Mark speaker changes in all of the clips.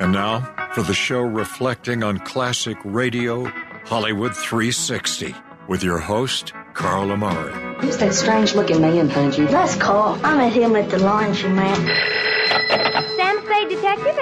Speaker 1: And now for the show reflecting on classic radio, Hollywood 360, with your host, Carl Amari.
Speaker 2: Who's that strange looking man behind you?
Speaker 3: That's Carl.
Speaker 4: I met him at the laundry man.
Speaker 5: Sam Spade Detective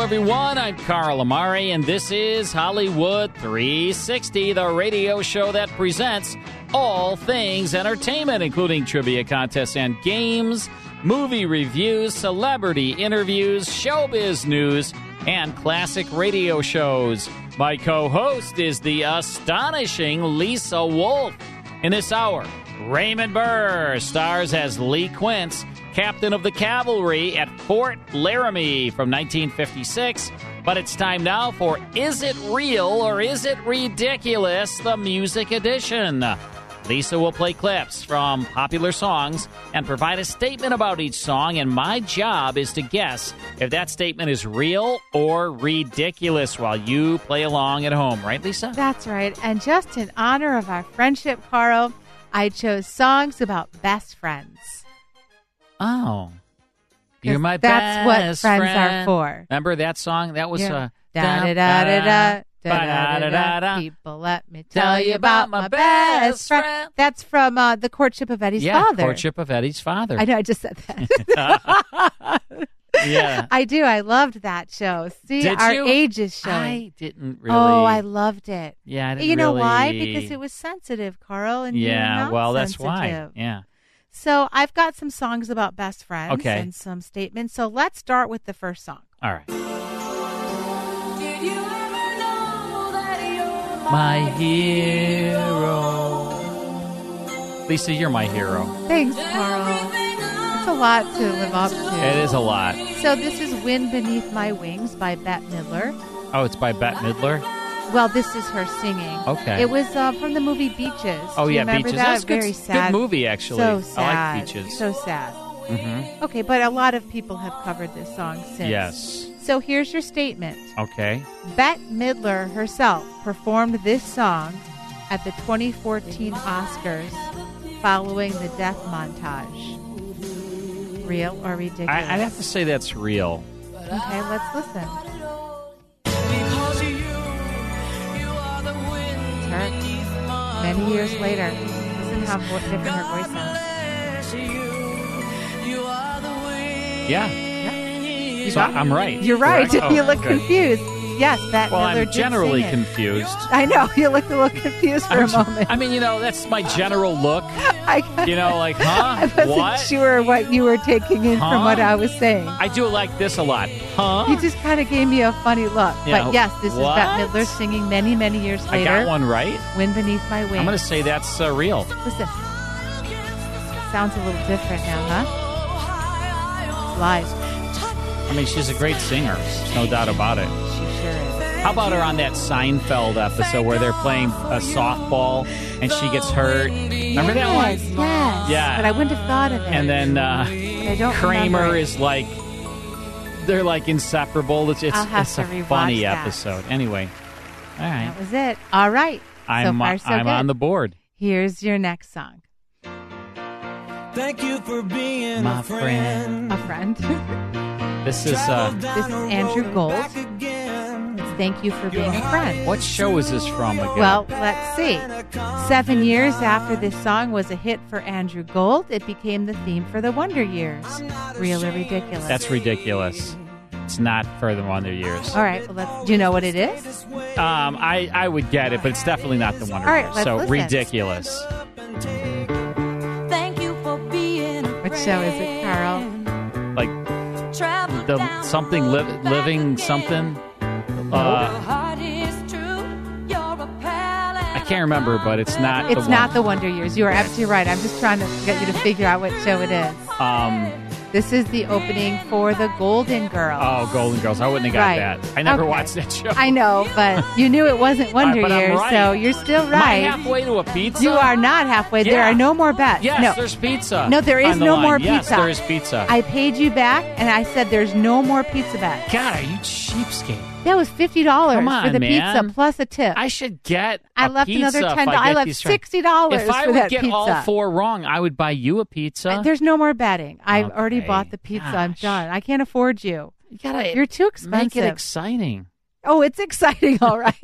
Speaker 6: everyone. I'm Carl Amari, and this is Hollywood 360, the radio show that presents all things entertainment, including trivia contests and games, movie reviews, celebrity interviews, showbiz news, and classic radio shows. My co host is the astonishing Lisa Wolf. In this hour, Raymond Burr stars as Lee Quince, captain of the cavalry at Fort Laramie from 1956. But it's time now for Is It Real or Is It Ridiculous? The Music Edition. Lisa will play clips from popular songs and provide a statement about each song, and my job is to guess if that statement is real or ridiculous while you play along at home, right, Lisa?
Speaker 7: That's right. And just in honor of our friendship, Carl, I chose songs about best friends. 'Cause
Speaker 6: Oh. You're my
Speaker 7: that's what
Speaker 6: best
Speaker 7: friends are
Speaker 6: friend.
Speaker 7: for.
Speaker 6: Remember that song? That was
Speaker 7: Yeah.
Speaker 6: uh,
Speaker 7: Da da da da da. Da, da, da, da, da. People, let me tell you about my best friend. That's from uh, the courtship of Eddie's
Speaker 6: Yeah,
Speaker 7: father.
Speaker 6: courtship of Eddie's father.
Speaker 7: I know. I just said that.
Speaker 6: yeah.
Speaker 7: I do. I loved that show. See,
Speaker 6: Did
Speaker 7: our
Speaker 6: you?
Speaker 7: age is showing.
Speaker 6: I didn't really.
Speaker 7: Oh, I loved it.
Speaker 6: Yeah, I didn't
Speaker 7: you know why?
Speaker 6: really-
Speaker 7: Because it was sensitive, Carl, and you're
Speaker 6: Yeah,
Speaker 7: not
Speaker 6: well, that's why.
Speaker 7: sensitive.
Speaker 6: Yeah.
Speaker 7: So I've got some songs about best friends
Speaker 6: Okay.
Speaker 7: and some statements. So let's start with the first song.
Speaker 6: All right.
Speaker 8: Did you ever know that you're
Speaker 6: My hero. Lisa, you're my hero.
Speaker 7: Thanks, Carl. It's a lot to live up to.
Speaker 6: It is a lot.
Speaker 7: So this is "Wind Beneath My Wings" by Bette Midler.
Speaker 6: Oh, it's by Bette Midler.
Speaker 7: Well, this is her singing.
Speaker 6: Okay.
Speaker 7: It was uh, from the movie Beaches.
Speaker 6: Oh,
Speaker 7: Do you
Speaker 6: yeah,
Speaker 7: remember
Speaker 6: Beaches.
Speaker 7: That?
Speaker 6: That's a good-
Speaker 7: very
Speaker 6: good
Speaker 7: sad
Speaker 6: movie, actually. I
Speaker 7: So
Speaker 6: like
Speaker 7: sad.
Speaker 6: Beaches.
Speaker 7: So sad.
Speaker 6: Mm-hmm.
Speaker 7: Okay, but a lot of people have covered this song since.
Speaker 6: Yes.
Speaker 7: So here's your statement.
Speaker 6: Okay.
Speaker 7: Bette Midler herself performed this song at the 2014 Oscars following the death montage. Real or ridiculous?
Speaker 6: I, I'd have to say that's real.
Speaker 7: Okay, let's listen.
Speaker 8: Because of you, you are the wind
Speaker 7: It's her.
Speaker 8: beneath my
Speaker 7: Many years later, listen how vo- different her voice sounds.
Speaker 8: bless you. You are the wind.
Speaker 6: Yeah. So I'm right.
Speaker 7: You're right.
Speaker 6: correct?
Speaker 7: you
Speaker 6: Oh,
Speaker 7: look
Speaker 6: good.
Speaker 7: confused. Yes, Bette
Speaker 6: Well,
Speaker 7: Midler
Speaker 6: I'm
Speaker 7: did
Speaker 6: generally
Speaker 7: sing it.
Speaker 6: confused.
Speaker 7: I know you looked a little confused for
Speaker 6: I'm
Speaker 7: a
Speaker 6: j-
Speaker 7: moment.
Speaker 6: I mean, you know, that's my general look.
Speaker 7: I,
Speaker 6: You know, like,
Speaker 7: I
Speaker 6: huh?
Speaker 7: wasn't
Speaker 6: what?
Speaker 7: sure what you were taking in
Speaker 6: Huh?
Speaker 7: from what I was saying.
Speaker 6: I do like this a lot. Huh?
Speaker 7: You just kind of gave me a funny look.
Speaker 6: Yeah.
Speaker 7: But yes, this is Bette
Speaker 6: What?
Speaker 7: Midler singing many, many years
Speaker 6: I
Speaker 7: later.
Speaker 6: got one right.
Speaker 7: Wind Beneath My Wings.
Speaker 6: I'm going to say that's uh, real.
Speaker 7: Listen. Sounds a little different now, huh? It's live.
Speaker 6: I mean, she's a great singer. There's no doubt about it.
Speaker 7: She sure is.
Speaker 6: How about her on that Seinfeld episode where they're playing a softball and she gets hurt? Remember that
Speaker 7: yes,
Speaker 6: one?
Speaker 7: yes.
Speaker 6: Yeah.
Speaker 7: But I wouldn't have thought of it.
Speaker 6: And then uh,
Speaker 7: But I don't remember
Speaker 6: Kramer
Speaker 7: it.
Speaker 6: is like, they're like inseparable. It's, it's,
Speaker 7: I'll have
Speaker 6: it's
Speaker 7: to
Speaker 6: a
Speaker 7: rewatch
Speaker 6: funny
Speaker 7: that.
Speaker 6: episode. Anyway, all right.
Speaker 7: That was it. All right.
Speaker 6: I'm,
Speaker 7: so far, so
Speaker 6: I'm
Speaker 7: good.
Speaker 6: on the board.
Speaker 7: Here's your next song.
Speaker 8: Thank you for being
Speaker 6: My
Speaker 8: a friend.
Speaker 7: A friend.
Speaker 6: This is, uh,
Speaker 7: this is Andrew Gold.
Speaker 8: Again.
Speaker 7: Thank you for being a friend.
Speaker 6: what show is this from again?
Speaker 7: Well, let's see. Seven years after this song was a hit for Andrew Gold, it became the theme for the Wonder Years. Real or ridiculous?
Speaker 6: that's ridiculous. It's not Further Wonder Years.
Speaker 7: All right. Well, let's, do you know what it is?
Speaker 6: Um, I, I would get it, but it's definitely not the Wonder
Speaker 7: All right,
Speaker 6: Years.
Speaker 7: let's
Speaker 6: So
Speaker 7: listen.
Speaker 6: ridiculous.
Speaker 8: Thank you for being a
Speaker 7: What show is it, Carl?
Speaker 6: Like
Speaker 8: Travel
Speaker 6: the something li- living something. Uh,
Speaker 8: Heart is true. You're a pal
Speaker 6: I can't remember, but it's not.
Speaker 7: It's
Speaker 6: the
Speaker 7: not
Speaker 6: one.
Speaker 7: the Wonder Years. You are absolutely right. I'm just trying to get you to figure out what show it is.
Speaker 6: Um,
Speaker 7: This is the opening for The Golden Girls.
Speaker 6: Oh, Golden Girls. I wouldn't have got
Speaker 7: Right.
Speaker 6: that. I never
Speaker 7: Okay.
Speaker 6: watched that show.
Speaker 7: I know, but you knew it wasn't Wonder
Speaker 6: But I'm
Speaker 7: Years,
Speaker 6: right.
Speaker 7: so you're still
Speaker 6: Am I
Speaker 7: right.
Speaker 6: halfway to a pizza?
Speaker 7: You are not halfway. There
Speaker 6: Yeah.
Speaker 7: are no more bets.
Speaker 6: Yes,
Speaker 7: no.
Speaker 6: there's pizza.
Speaker 7: No, there is
Speaker 6: on the
Speaker 7: no
Speaker 6: line.
Speaker 7: more
Speaker 6: Yes,
Speaker 7: pizza.
Speaker 6: there is pizza.
Speaker 7: I paid you back, and I said there's no more pizza bets.
Speaker 6: God, are you cheapskate?
Speaker 7: That was fifty dollars
Speaker 6: Come
Speaker 7: for
Speaker 6: on,
Speaker 7: the
Speaker 6: man.
Speaker 7: pizza plus a tip.
Speaker 6: I should get.
Speaker 7: I
Speaker 6: a
Speaker 7: left another
Speaker 6: pizza if
Speaker 7: $10. I
Speaker 6: get
Speaker 7: left
Speaker 6: these right.
Speaker 7: $60
Speaker 6: If I
Speaker 7: for
Speaker 6: would
Speaker 7: that
Speaker 6: get all
Speaker 7: pizza.
Speaker 6: four wrong, I would buy you a pizza.
Speaker 7: Uh, There's no more betting. I've already
Speaker 6: Okay.
Speaker 7: bought the pizza. I'm
Speaker 6: Gosh.
Speaker 7: done. I can't afford you.
Speaker 6: you gotta
Speaker 7: You're too
Speaker 6: make
Speaker 7: expensive.
Speaker 6: it exciting.
Speaker 7: oh, it's exciting. All right.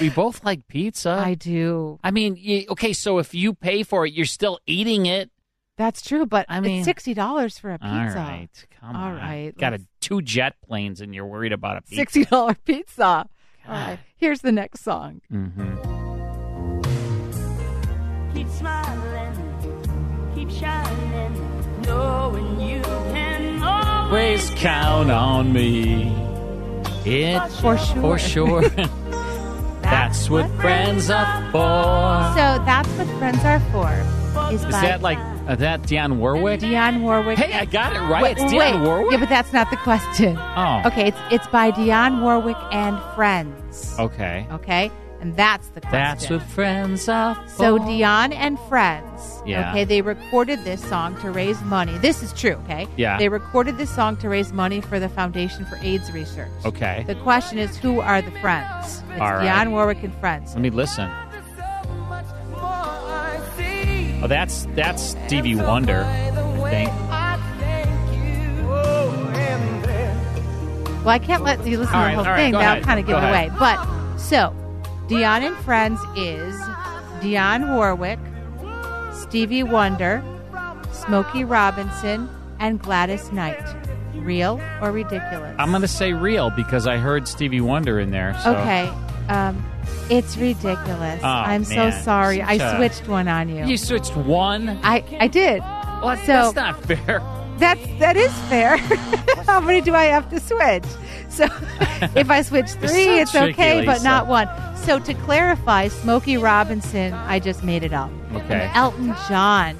Speaker 6: We both like pizza.
Speaker 7: I do.
Speaker 6: I mean, you, okay, so if you pay for it, you're still eating it.
Speaker 7: That's true, but
Speaker 6: I mean-
Speaker 7: it's sixty dollars for a pizza.
Speaker 6: All right, come
Speaker 7: All
Speaker 6: on.
Speaker 7: right,
Speaker 6: got a,
Speaker 7: let's-
Speaker 6: two jet planes, and you're worried about a pizza.
Speaker 7: Sixty dollar pizza. All right. Here's the next song.
Speaker 6: Mm-hmm.
Speaker 8: Keep smiling, keep shining, knowing you can always
Speaker 6: Always count on me. It
Speaker 7: For sure.
Speaker 6: for sure. That's what friends are for.
Speaker 7: So that's what friends are for. Is,
Speaker 6: Is
Speaker 7: by
Speaker 6: that like uh, that Dionne Warwick?
Speaker 7: Dionne Warwick?
Speaker 6: Hey, I got it right.
Speaker 7: Wait,
Speaker 6: it's
Speaker 7: wait.
Speaker 6: Dionne Warwick.
Speaker 7: Yeah, but that's not the question.
Speaker 6: oh,
Speaker 7: Okay, it's it's by Dionne Warwick and Friends.
Speaker 6: okay.
Speaker 7: Okay, and that's the question.
Speaker 6: That's what friends are for.
Speaker 7: So Dion and friends,
Speaker 6: Yeah.
Speaker 7: okay, they recorded this song to raise money. This is true, okay?
Speaker 6: Yeah.
Speaker 7: They recorded this song to raise money for the Foundation for AIDS Research.
Speaker 6: Okay.
Speaker 7: The question is, who are the friends? It's
Speaker 6: All right.
Speaker 7: Dionne Warwick and friends.
Speaker 6: Let me listen.
Speaker 8: I see.
Speaker 6: Oh, that's that's Stevie Wonder. I think.
Speaker 7: Well, I can't let you listen
Speaker 6: All
Speaker 7: to
Speaker 6: right,
Speaker 7: the whole
Speaker 6: all right,
Speaker 7: thing.
Speaker 6: go
Speaker 7: That'll
Speaker 6: ahead,
Speaker 7: kind of give
Speaker 6: go
Speaker 7: it
Speaker 6: ahead.
Speaker 7: away. But so, Dion and friends is Dionne Warwick, Stevie Wonder, Smokey Robinson, and Gladys Knight. Real or ridiculous?
Speaker 6: I'm gonna say real because I heard Stevie Wonder in there. So.
Speaker 7: Okay. Um, it's ridiculous.
Speaker 6: Oh,
Speaker 7: I'm so
Speaker 6: man.
Speaker 7: sorry.
Speaker 6: Such
Speaker 7: I
Speaker 6: a-
Speaker 7: switched one on you.
Speaker 6: You switched one.
Speaker 7: I, I did.
Speaker 6: Well,
Speaker 7: so
Speaker 6: that's not fair.
Speaker 7: that's that is fair. How many do I have to switch? So if I switch
Speaker 6: You're
Speaker 7: three,
Speaker 6: so
Speaker 7: it's okay,
Speaker 6: tricky,
Speaker 7: but not
Speaker 6: Lisa.
Speaker 7: one. So to clarify, Smokey Robinson, I just made it up.
Speaker 6: Okay.
Speaker 7: And Elton John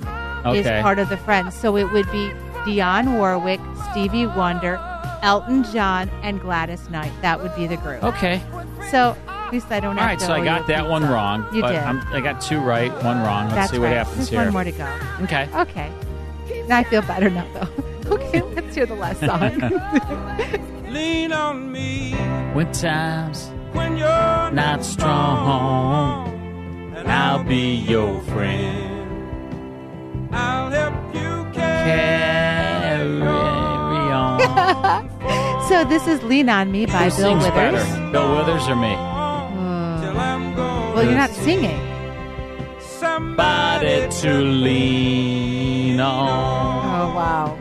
Speaker 7: is
Speaker 6: Okay.
Speaker 7: part of the Friends, so it would be Dionne Warwick, Stevie Wonder, Elton John, and Gladys Knight. That would be the group.
Speaker 6: Okay.
Speaker 7: So at least I don't
Speaker 6: All
Speaker 7: have
Speaker 6: right.
Speaker 7: to
Speaker 6: So I
Speaker 7: owe
Speaker 6: got
Speaker 7: you a
Speaker 6: that one
Speaker 7: pizza.
Speaker 6: wrong.
Speaker 7: You
Speaker 6: but
Speaker 7: did.
Speaker 6: I'm, I got two right, one wrong. Let's
Speaker 7: That's
Speaker 6: see what
Speaker 7: right.
Speaker 6: happens
Speaker 7: Just
Speaker 6: here.
Speaker 7: one more to go.
Speaker 6: Okay.
Speaker 7: Okay. Now I feel better now, though. Okay, let's hear the last song.
Speaker 9: Lean on me
Speaker 6: When times
Speaker 9: when you're
Speaker 6: not strong,
Speaker 9: and
Speaker 6: I'll be your friend.
Speaker 9: I'll help you
Speaker 6: Carry on.
Speaker 7: so this is "Lean on Me" by
Speaker 6: Who
Speaker 7: Bill
Speaker 6: sings
Speaker 7: Withers.
Speaker 6: better, Bill Withers or me?
Speaker 7: Mm.
Speaker 9: I'm gone.
Speaker 7: Well, you're not singing.
Speaker 9: Somebody
Speaker 6: Body to lean on.
Speaker 7: Oh wow.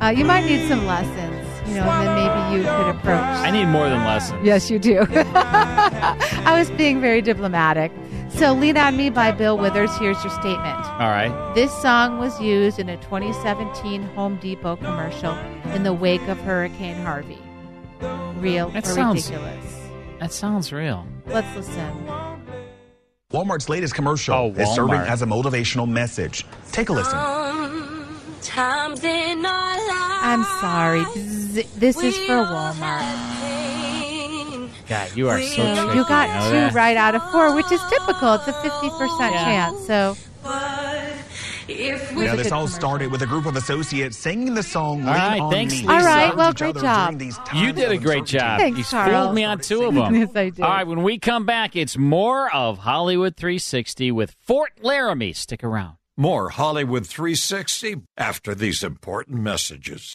Speaker 7: Uh, you might need some lessons, you know, and then maybe you could approach.
Speaker 6: I need more than lessons.
Speaker 7: Yes, you do. I was being very diplomatic. So, "Lean on Me" by Bill Withers. Here's your statement.
Speaker 6: All right.
Speaker 7: This song was used in a 2017 Home Depot commercial in the wake of Hurricane Harvey. Real
Speaker 6: That
Speaker 7: or
Speaker 6: sounds-
Speaker 7: ridiculous?
Speaker 6: That sounds real.
Speaker 7: Let's listen.
Speaker 10: Walmart's latest commercial
Speaker 6: Oh,
Speaker 10: is serving
Speaker 6: Walmart.
Speaker 10: as a motivational message. Take a listen.
Speaker 8: Sometimes in our lives,
Speaker 7: I'm sorry. Bzz. This is for Walmart.
Speaker 8: pain.
Speaker 6: God, you are so tricky.
Speaker 7: You got
Speaker 6: know that?
Speaker 7: two right out of four, which is typical. It's a 50%
Speaker 6: Yeah.
Speaker 7: chance. So,
Speaker 8: But if we
Speaker 7: was
Speaker 10: Now,
Speaker 7: a
Speaker 10: this
Speaker 7: good
Speaker 10: all
Speaker 7: commercial.
Speaker 10: started with a group of associates singing the song
Speaker 6: All
Speaker 10: Lean
Speaker 6: right,
Speaker 10: on
Speaker 6: thanks,
Speaker 10: Me.
Speaker 6: Lisa. All right,
Speaker 7: well,
Speaker 10: Each
Speaker 7: great
Speaker 10: other
Speaker 7: job.
Speaker 10: during these times
Speaker 6: You did a
Speaker 10: of
Speaker 6: great
Speaker 10: uncertainty.
Speaker 6: job.
Speaker 7: Thanks,
Speaker 6: you
Speaker 7: Carl.
Speaker 6: fooled me on two of them.
Speaker 7: Yes, I did.
Speaker 6: All right, when we come back, it's more of Hollywood 360 with Fort Laramie. Stick around.
Speaker 1: More Hollywood 360 after these important messages.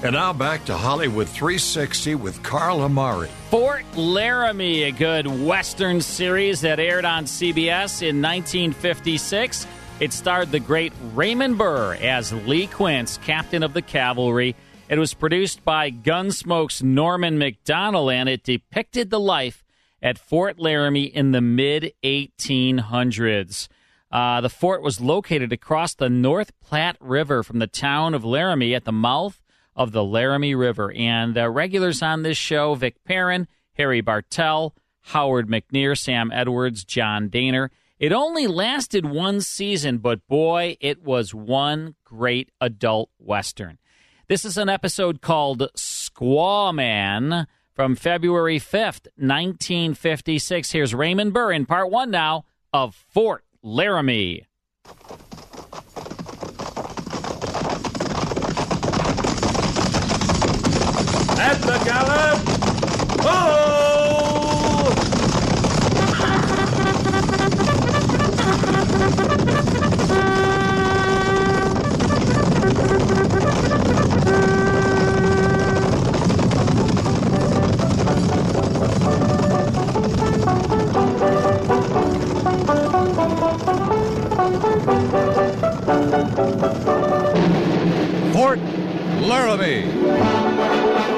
Speaker 1: And now back to Hollywood 360 with Carl Amari.
Speaker 6: Fort Laramie, a good Western series that aired on CBS in 1956. It starred the great Raymond Burr as Lee Quince, captain of the cavalry. It was produced by Gunsmoke's Norman McDonnell, and it depicted the life at Fort Laramie in the mid 1800s. Uh, the fort was located across the North Platte River from the town of Laramie at the mouth of the Laramie River. And uh, regulars on this show Vic Perrin, Harry Bartell, Howard McNear, Sam Edwards, John Daner. It only lasted one season, but boy, it was one great adult Western. This is an episode called Squaw Man from February 5th, 1956. Here's Raymond Burr in part one now of Fort Laramie.
Speaker 9: At the gallop! Oh!
Speaker 1: Fort Laramie.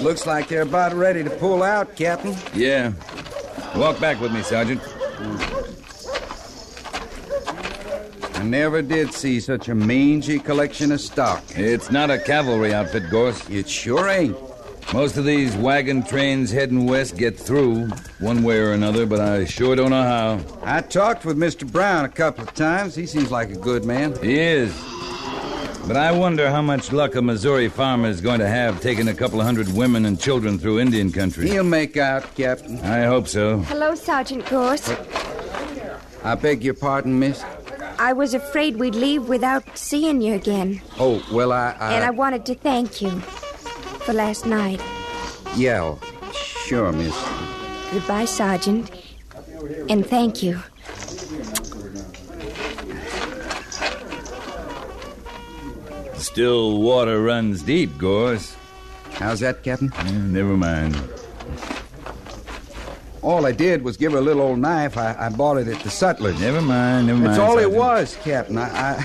Speaker 11: Looks like they're about ready to pull out, Captain.
Speaker 12: Yeah. Walk back with me, Sergeant.
Speaker 11: I never did see such a mangy collection of stock.
Speaker 12: It's not a cavalry outfit, Gorse.
Speaker 11: It sure ain't.
Speaker 12: Most of these wagon trains heading west get through one way or another, but I sure don't know how.
Speaker 11: I talked with Mr. Brown a couple of times. He seems like a good man.
Speaker 12: He is. But I wonder how much luck a Missouri farmer is going to have taking a couple of hundred women and children through Indian country.
Speaker 11: He'll make out, Captain.
Speaker 12: I hope so.
Speaker 5: Hello, Sergeant Gorse.
Speaker 11: I beg your pardon, miss.
Speaker 5: I was afraid we'd leave without seeing you again.
Speaker 11: Oh, well, I.
Speaker 13: Uh,
Speaker 11: I...
Speaker 5: And I wanted to thank you for last night.
Speaker 11: Yeah, oh, sure, miss.
Speaker 5: Goodbye, Sergeant. And thank you.
Speaker 12: Still, water runs deep, Gorse.
Speaker 11: How's that, Captain?
Speaker 12: Eh, never mind.
Speaker 11: All I did was give her a little old knife I, I bought it at the sutler's.
Speaker 12: Never mind, never
Speaker 11: That's
Speaker 12: mind.
Speaker 11: all it
Speaker 12: Sergeant.
Speaker 11: was, Captain. I, I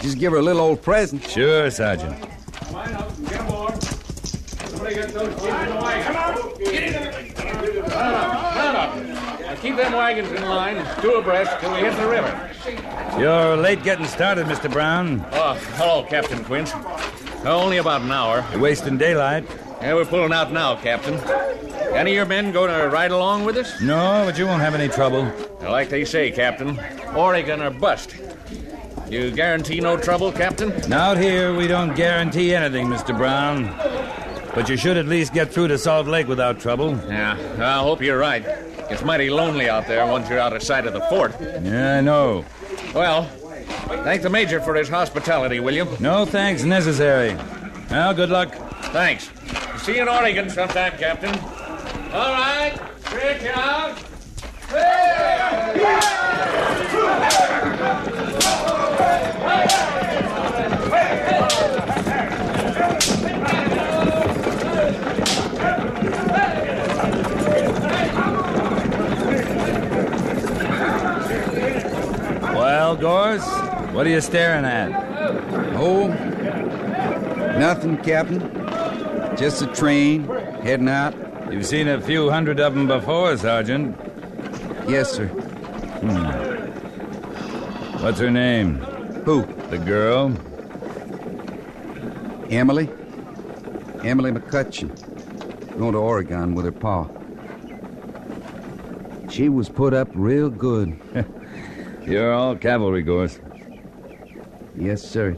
Speaker 11: just give her a little old present.
Speaker 12: Sure, Sergeant.
Speaker 14: Keep them wagons in line, two abreast, till we hit the river.
Speaker 12: You're late getting started, Mr. Brown.
Speaker 14: Oh, hello, Captain Quince. Only about an hour.
Speaker 12: You're wasting daylight.
Speaker 14: Yeah, we're pulling out now, Captain. Any of your men going to ride along with us?
Speaker 12: No, but you won't have any trouble.
Speaker 14: Like they say, Captain, Oregon or bust. You guarantee no trouble, Captain?
Speaker 12: Out here, we don't guarantee anything, Mr. Brown. But you should at least get through to Salt Lake without trouble.
Speaker 14: Yeah, I hope you're right. It's mighty lonely out there once you're out of sight of the fort.
Speaker 12: Yeah, I know.
Speaker 14: Well, thank the Major for his hospitality, will you?
Speaker 12: No thanks necessary. Now, good luck.
Speaker 14: Thanks. See you in Oregon sometime, Captain. All right, stretch out.
Speaker 12: Well, Gorse, what are you staring at?
Speaker 11: Oh, nothing, Captain. Just a train heading out.
Speaker 12: You've seen a few hundred of them before, Sergeant.
Speaker 11: Yes, sir.
Speaker 12: Hmm. What's her name?
Speaker 11: Who?
Speaker 12: The girl?
Speaker 11: Emily. Emily McCutcheon. Going to Oregon with her pa. She was put up real good.
Speaker 12: You're all cavalry, Gorse.
Speaker 11: Yes, sir.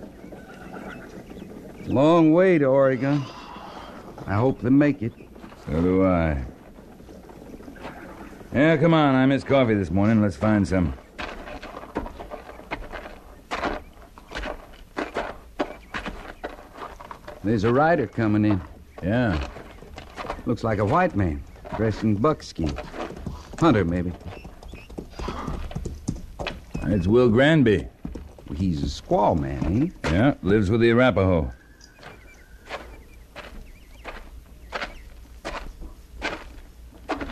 Speaker 11: Long way to Oregon. I hope they make it.
Speaker 12: So do I. Yeah, come on. I missed coffee this morning. Let's find some.
Speaker 11: There's a rider coming in.
Speaker 12: Yeah.
Speaker 11: Looks like a white man, dressed in buckskin. Hunter, maybe.
Speaker 12: It's Will Granby.
Speaker 11: He's a squaw man, ain't
Speaker 12: he? Yeah, lives with the Arapaho.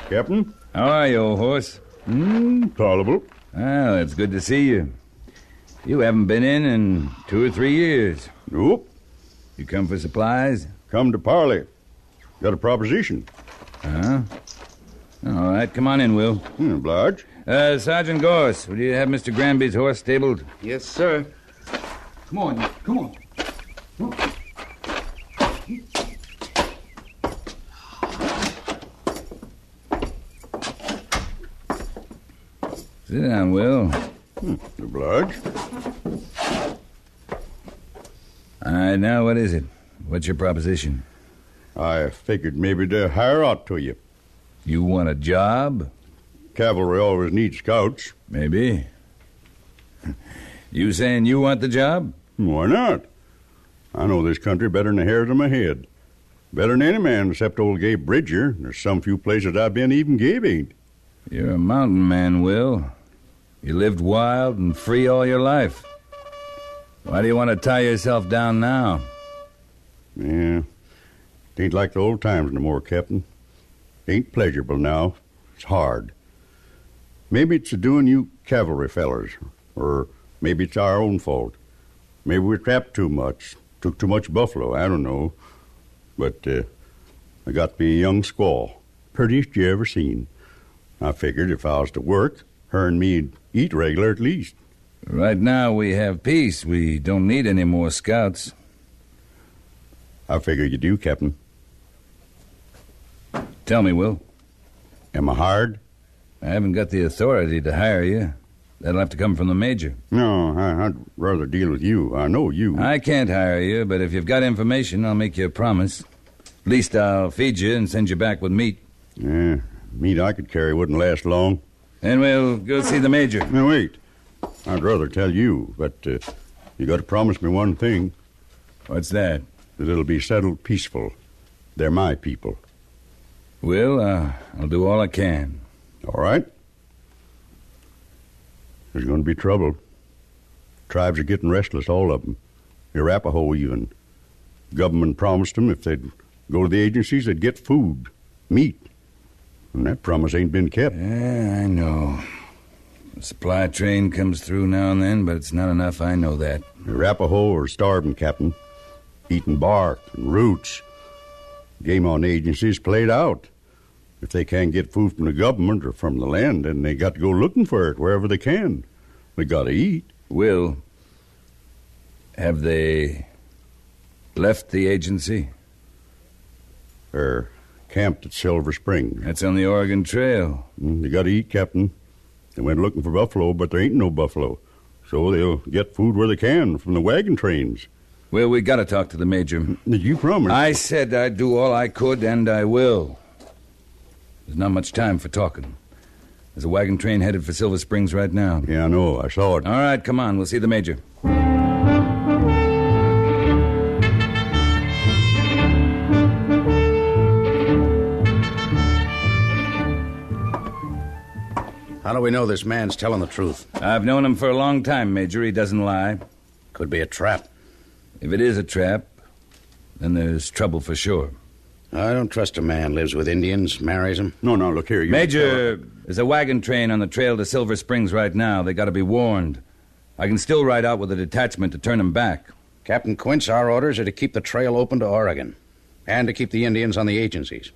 Speaker 15: Captain?
Speaker 12: How are you, old horse?
Speaker 15: Mm, tolerable.
Speaker 12: Well, it's good to see you. You haven't been in in two or three years.
Speaker 15: Nope.
Speaker 12: You come for supplies?
Speaker 15: Come to parley. Got a proposition.
Speaker 12: Huh? All right, come on in, Will.
Speaker 15: Hmm, obliged.
Speaker 12: Uh, Sergeant Gorse, will you have Mr. Granby's horse stabled?
Speaker 11: Yes, sir. Come on, come on. Come on.
Speaker 12: Sit down, Will.
Speaker 15: Hmm, obliged.
Speaker 12: All right, now what is it? What's your proposition?
Speaker 15: I figured maybe to hire out to you.
Speaker 12: You want a job?
Speaker 15: Cavalry always needs scouts.
Speaker 12: Maybe. you saying you want the job?
Speaker 15: Why not? I know this country better than the hairs on my head. Better than any man except old Gabe Bridger. There's some few places I've been even Gabe ain't.
Speaker 12: You're a mountain man, Will. You lived wild and free all your life. Why do you want to tie yourself down now?
Speaker 15: Yeah. It ain't like the old times no more, Captain. It ain't pleasurable now. It's hard. Maybe it's doing you cavalry fellers, or maybe it's our own fault. Maybe we trapped too much, took too much buffalo, I don't know. But uh, I got me a young squaw, prettiest you ever seen. I figured if I was to work, her and me'd eat regular at least.
Speaker 12: Right now we have peace. We don't need any more scouts.
Speaker 15: I figure you do, Captain.
Speaker 12: Tell me, Will.
Speaker 15: Am I hired?
Speaker 12: I haven't got the authority to hire you. That'll have to come from the major.
Speaker 15: No, I, would rather deal with you. I know you.
Speaker 12: I can't hire you, but if you've got information, I'll make you a promise. At least I'll feed you and send you back with meat.
Speaker 15: Yeah, meat I could carry wouldn't last long.
Speaker 12: Then we'll go see the major.
Speaker 15: Now, wait. I'd rather tell you, but uh, you got to promise me one thing.
Speaker 12: What's that?
Speaker 15: That it'll be settled peaceful. They're my people.
Speaker 12: Well, uh, I'll do all I can.
Speaker 15: All right. There's going to be trouble. Tribes are getting restless, all of them. The Arapaho, even. Government promised them if they'd go to the agencies, they'd get food, meat. And that promise ain't been kept.
Speaker 12: Yeah, I know. The supply train comes through now and then, but it's not enough. I know that.
Speaker 15: The Arapaho are starving, Captain. Eating bark and roots. Game on agencies played out. If they can't get food from the government or from the land, then they got to go looking for it wherever they can. They got to eat.
Speaker 12: Will, have they left the agency?
Speaker 15: Er, camped at Silver Spring.
Speaker 12: That's on the Oregon Trail.
Speaker 15: Mm, they got to eat, Captain. They went looking for buffalo, but there ain't no buffalo. So they'll get food where they can from the wagon trains.
Speaker 12: Well, we got to talk to the major.
Speaker 15: Did you promise?
Speaker 12: I said I'd do all I could, and I will. There's not much time for talking. There's a wagon train headed for Silver Springs right now.
Speaker 15: Yeah, I know. I saw it.
Speaker 12: All right, come on. We'll see the major.
Speaker 13: How do we know this man's telling the truth?
Speaker 12: I've known him for a long time, Major. He doesn't lie.
Speaker 13: Could be a trap.
Speaker 12: If it is a trap, then there's trouble for sure.
Speaker 13: I don't trust a man lives with Indians, marries them.
Speaker 15: No, no, look here, you
Speaker 12: Major, there's a wagon train on the trail to Silver Springs right now. They got to be warned. I can still ride out with a detachment to turn them back.
Speaker 13: Captain Quince, our orders are to keep the trail open to Oregon and to keep the Indians on the agencies.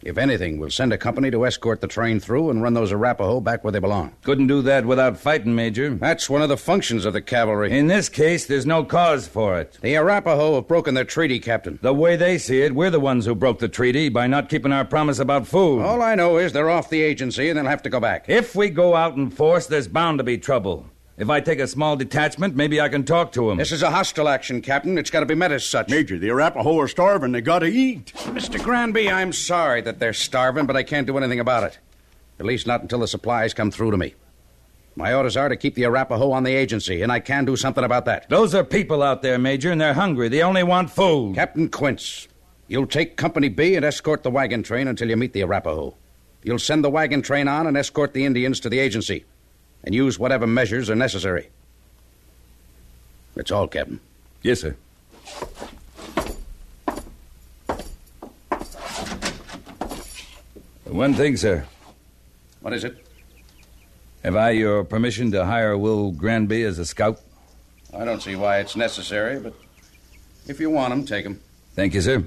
Speaker 13: If anything, we'll send a company to escort the train through and run those Arapaho back where they belong.
Speaker 12: Couldn't do that without fighting, Major.
Speaker 13: That's one of the functions of the cavalry.
Speaker 12: In this case, there's no cause for it.
Speaker 13: The Arapaho have broken their treaty, Captain.
Speaker 12: The way they see it, we're the ones who broke the treaty by not keeping our promise about food.
Speaker 13: All I know is they're off the agency and they'll have to go back.
Speaker 12: If we go out in force, there's bound to be trouble. If I take a small detachment, maybe I can talk to him.
Speaker 13: This is a hostile action, Captain. It's got to be met as such.
Speaker 15: Major, the Arapaho are starving. They got to eat.
Speaker 13: Mr. Granby, I'm sorry that they're starving, but I can't do anything about it. At least not until the supplies come through to me. My orders are to keep the Arapaho on the agency, and I can do something about that.
Speaker 12: Those are people out there, Major, and they're hungry. They only want food.
Speaker 13: Captain Quince, you'll take Company B and escort the wagon train until you meet the Arapaho. You'll send the wagon train on and escort the Indians to the agency and use whatever measures are necessary. That's all, Captain.
Speaker 12: Yes, sir. One thing, sir.
Speaker 13: What is it?
Speaker 12: Have I your permission to hire Will Granby as a scout?
Speaker 13: I don't see why it's necessary, but if you want him, take him.
Speaker 12: Thank you, sir.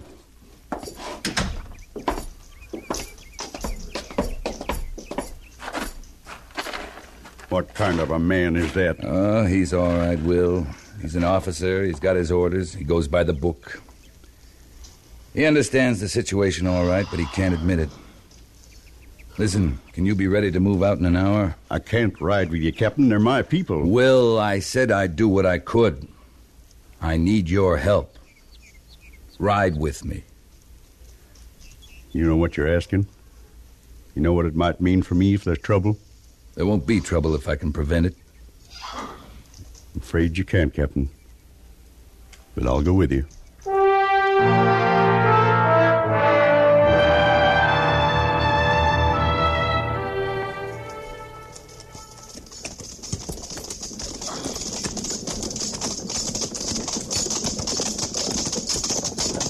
Speaker 15: What kind of a man is that?
Speaker 12: Oh, he's all right, Will. He's an officer. He's got his orders. He goes by the book. He understands the situation all right, but he can't admit it. Listen, can you be ready to move out in an hour?
Speaker 15: I can't ride with you, Captain. They're my people.
Speaker 12: Will, I said I'd do what I could. I need your help. Ride with me.
Speaker 15: You know what you're asking? You know what it might mean for me if there's trouble?
Speaker 12: There won't be trouble if I can prevent it.
Speaker 15: I'm afraid you can't, Captain. But I'll go with you.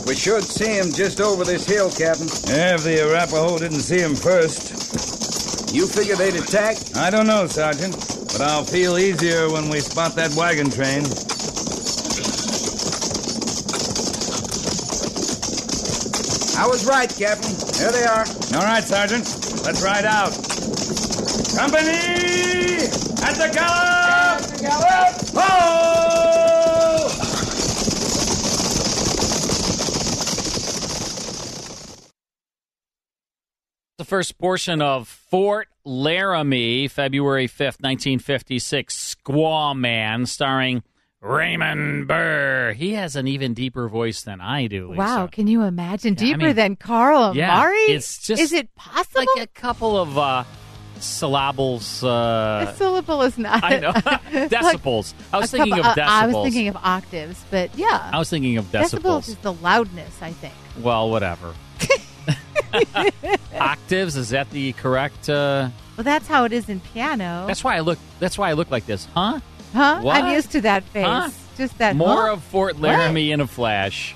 Speaker 8: We should see him just over this hill, Captain.
Speaker 12: Yeah, if the Arapaho didn't see him first.
Speaker 8: You figure they'd attack?
Speaker 12: I don't know, Sergeant. But I'll feel easier when we spot that wagon train.
Speaker 8: I was right, Captain. There they are.
Speaker 12: All right, Sergeant. Let's ride out. Company! At the gallop! At the gallop! Ho!
Speaker 6: the first portion of Fort Laramie, February 5th, 1956, Squaw Man, starring Raymond Burr. He has an even deeper voice than I do. Lisa.
Speaker 16: Wow, can you imagine?
Speaker 6: Yeah, I
Speaker 16: Deeper
Speaker 6: mean-
Speaker 16: than Carl Amari?
Speaker 6: Yeah, it's just-
Speaker 16: Is it possible?
Speaker 6: Like a couple of uh, syllables. Uh,
Speaker 16: a syllable is not.
Speaker 6: I know. decibels. I was thinking of decibels.
Speaker 16: I was thinking of octaves, but yeah.
Speaker 6: I was thinking of
Speaker 16: decibels
Speaker 6: decibels.
Speaker 16: is the loudness, I think.
Speaker 6: Well, whatever. Octaves, is that the correct? Uh,
Speaker 16: Well, that's how it is in piano.
Speaker 6: that's why I look. That's why I look like this, huh?
Speaker 16: huh?
Speaker 6: What?
Speaker 16: I'm used to that face.
Speaker 6: Huh?
Speaker 16: Just that.
Speaker 6: More
Speaker 16: huh?
Speaker 6: of Fort Laramie in a flash.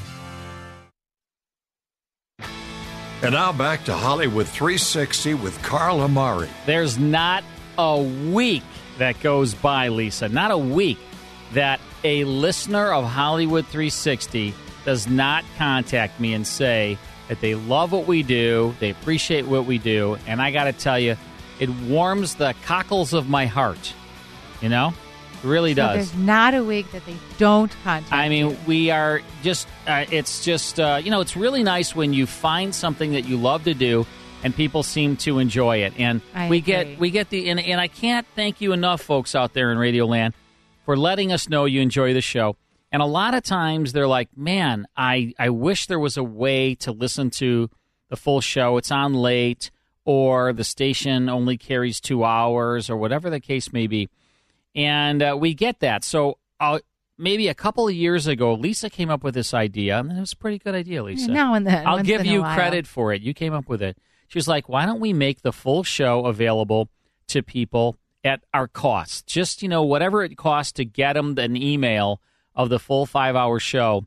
Speaker 1: And now back to Hollywood 360 with Carl Amari.
Speaker 6: There's not a week that goes by, Lisa, not a week that a listener of Hollywood 360 does not contact me and say that they love what we do, they appreciate what we do, and I got to tell you, it warms the cockles of my heart, you know? It really
Speaker 7: So
Speaker 6: does.
Speaker 7: There's not a week that they don't contact.
Speaker 6: I mean, we are just, uh, it's just, uh, you know, it's really nice when you find something that you love to do and people seem to enjoy it. And
Speaker 7: I
Speaker 6: we
Speaker 7: agree.
Speaker 6: get, we get the, and, and I can't thank you enough, folks out there in Radio Land, for letting us know you enjoy the show. And a lot of times they're like, man, I, I wish there was a way to listen to the full show. It's on late, or the station only carries two hours, or whatever the case may be and uh, we get that. So uh, maybe a couple of years ago, Lisa came up with this idea, and it was a pretty good idea, Lisa.
Speaker 7: now and then,
Speaker 6: I'll
Speaker 7: once
Speaker 6: give
Speaker 7: in a
Speaker 6: you
Speaker 7: while.
Speaker 6: credit for it. You came up with it. She was like, "Why don't we make the full show available to people at our cost? Just you know, whatever it costs to get them an email of the full five-hour show."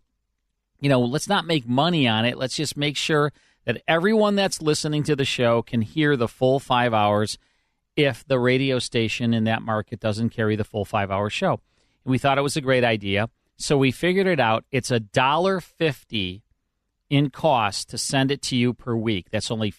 Speaker 6: you know, let's not make money on it. Let's just make sure that everyone that's listening to the show can hear the full five hours if the radio station in that market doesn't carry the full five hour show. And we thought it was a great idea. So we figured it out. It's a dollar fifty in cost to send it to you per week. That's only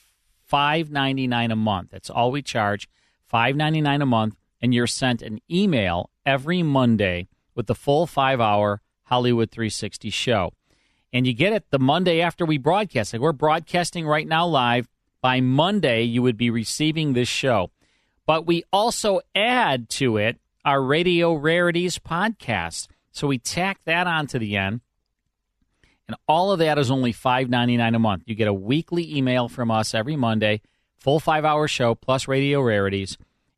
Speaker 6: five ninety nine a month. That's all we charge. Five ninety nine a month, and you're sent an email every Monday with the full five hour Hollywood three sixty show and you get it the Monday after we broadcast. Like we're broadcasting right now live. By Monday, you would be receiving this show. But we also add to it our Radio Rarities podcast. So we tack that on to the end. And all of that is only $5.99 a month. You get a weekly email from us every Monday, full five hour show plus radio rarities,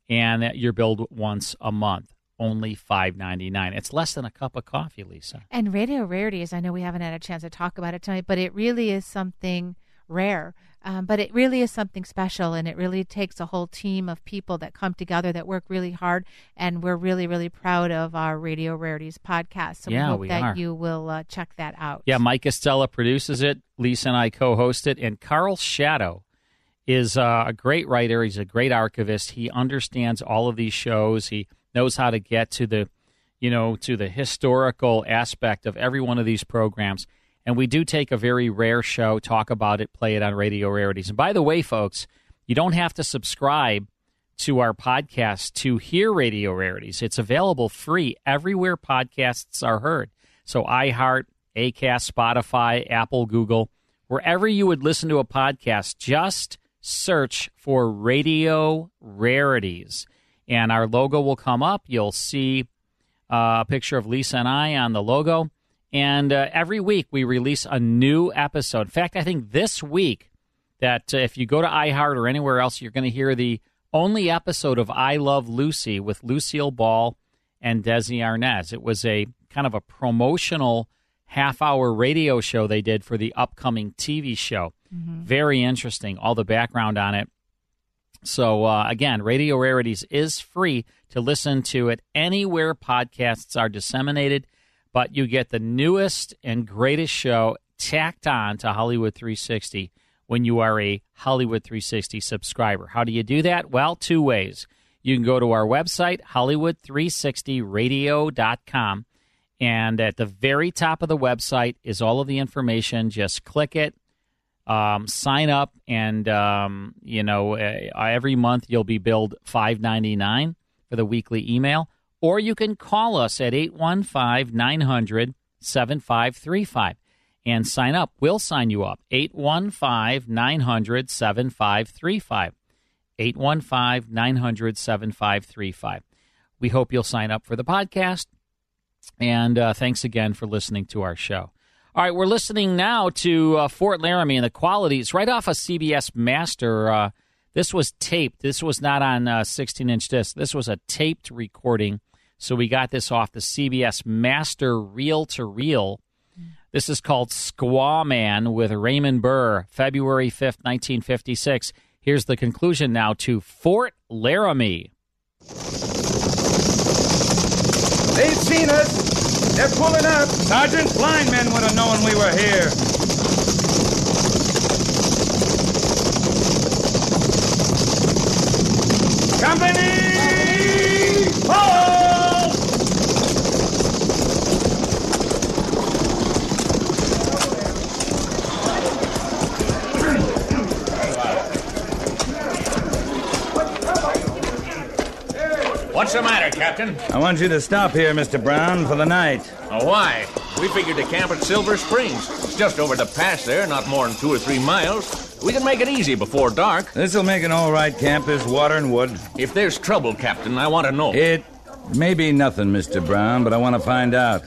Speaker 6: and you're billed once a month. Only $5.99. It's less than a cup of coffee, Lisa.
Speaker 7: And radio rarities, I know we haven't had a chance to talk about it tonight, but it really is something rare. Um, but it really is something special, and it really takes a whole team of people that come together that work really hard. And we're really, really proud of our Radio Rarities podcast. So we
Speaker 6: Yeah,
Speaker 7: hope
Speaker 6: we
Speaker 7: that
Speaker 6: are.
Speaker 7: you will uh, check that out.
Speaker 6: Yeah, Mike Estella produces it. Lisa and I co-host it, and Carl Shadow is uh, a great writer. He's a great archivist. He understands all of these shows. He knows how to get to the, you know, to the historical aspect of every one of these programs. And we do take a very rare show, talk about it, play it on Radio Rarities. And by the way, folks, you don't have to subscribe to our podcast to hear Radio Rarities. It's available free everywhere podcasts are heard. So iHeart, Acast, Spotify, Apple, Google, wherever you would listen to a podcast, just search for Radio Rarities. And our logo will come up. You'll see uh, a picture of Lisa and I on the logo. And uh, every week we release a new episode. In fact, I think this week that uh, if you go to iHeart or anywhere else, you're going to hear the only episode of I Love Lucy with Lucille Ball and Desi Arnaz. It was a kind of a promotional half hour radio show they did for the upcoming TV show. Very interesting, all the background on it. So, uh, again, Radio Rarities is free to listen to it anywhere podcasts are disseminated, but you get the newest and greatest show tacked on to Hollywood 360 when you are a Hollywood 360 subscriber. How do you do that? Well, two ways. You can go to our website, Hollywood360radio.com, and at the very top of the website is all of the information. Just click it um, sign up and um, you know uh, every month you'll be billed 599 for the weekly email or you can call us at 815-900-7535 and sign up we'll sign you up 815-900-7535 815-900-7535 we hope you'll sign up for the podcast and uh, thanks again for listening to our show. All right, we're listening now to uh, Fort Laramie and the quality. It's right off a CBS Master. Uh, this was taped. This was not on uh, 16 inch disc. This was a taped recording. So we got this off the CBS Master reel to reel. This is called Squaw Man with Raymond Burr, February 5th, 1956. Here's the conclusion now to Fort Laramie.
Speaker 2: They've seen us. They're pulling up. Sergeant, blind men would have known we were here. Company! Hold!
Speaker 9: What
Speaker 14: What's the matter, Captain?
Speaker 12: I want you to stop here, Mr. Brown, for the night.
Speaker 14: Oh, why? We figured to camp at Silver Springs. It's just over the pass there, not more than two or three miles. We can make it easy before dark.
Speaker 12: This'll make an all right camp. There's water and wood.
Speaker 14: If there's trouble, Captain, I want to know.
Speaker 12: It may be nothing, Mr. Brown, but I want to find out.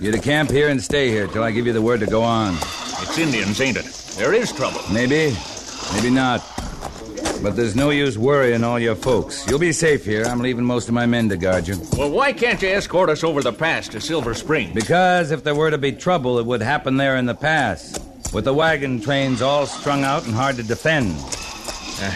Speaker 12: You're to camp here and stay here till I give you the word to go on.
Speaker 14: It's Indians, ain't it? There is trouble.
Speaker 12: Maybe, maybe not. But there's no use worrying all your folks. You'll be safe here. I'm leaving most of my men to guard you.
Speaker 14: Well, why can't you escort us over the pass to Silver Springs?
Speaker 12: Because if there were to be trouble, it would happen there in the pass, with the wagon trains all strung out and hard to defend.
Speaker 14: Uh,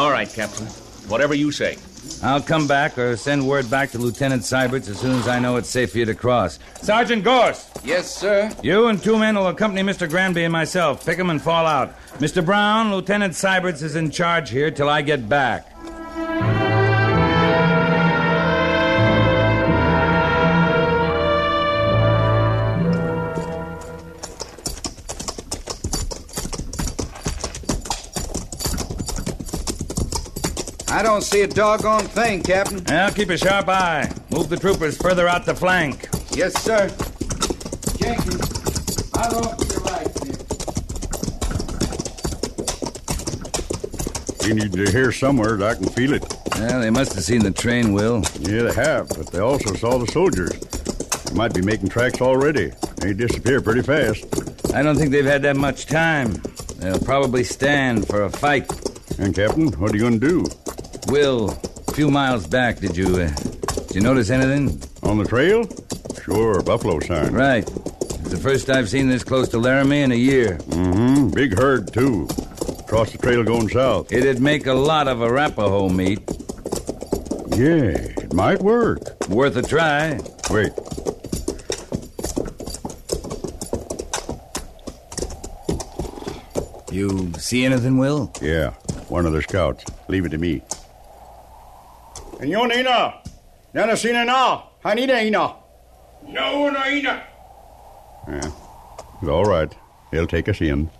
Speaker 14: all right, Captain. Whatever you say.
Speaker 12: I'll come back or send word back to Lieutenant Syberts as soon as I know it's safe for you to cross. Sergeant Gorse!
Speaker 17: Yes, sir.
Speaker 12: You and two men will accompany Mr. Granby and myself. Pick 'em and fall out. Mr. Brown, Lieutenant Syberts is in charge here till I get back.
Speaker 13: I don't see a doggone thing, Captain.
Speaker 12: Now keep a sharp eye. Move the troopers further out the flank.
Speaker 13: Yes, sir. Jenkins, I'll offer your right
Speaker 15: You need to hear somewhere that I can feel it.
Speaker 12: Well, they must have seen the train, Will.
Speaker 15: Yeah, they have, but they also saw the soldiers. They might be making tracks already. They disappear pretty fast.
Speaker 12: I don't think they've had that much time. They'll probably stand for a fight.
Speaker 15: And, Captain, what are you going to do?
Speaker 12: Will, a few miles back, did you uh, did you notice anything
Speaker 15: on the trail? Sure, buffalo sign.
Speaker 12: Right. It's the first I've seen this close to Laramie in a year.
Speaker 15: Mm-hmm. Big herd too. Across the trail going south.
Speaker 12: It'd make a lot of Arapaho meat.
Speaker 15: Yeah, it might work.
Speaker 12: Worth a try.
Speaker 15: Wait.
Speaker 12: You see anything, Will?
Speaker 15: Yeah, one of the scouts. Leave it to me.
Speaker 8: Yo no ina. Nana sina na. Hanida ina.
Speaker 18: No no ina.
Speaker 15: Yeah. All right. They'll take us in.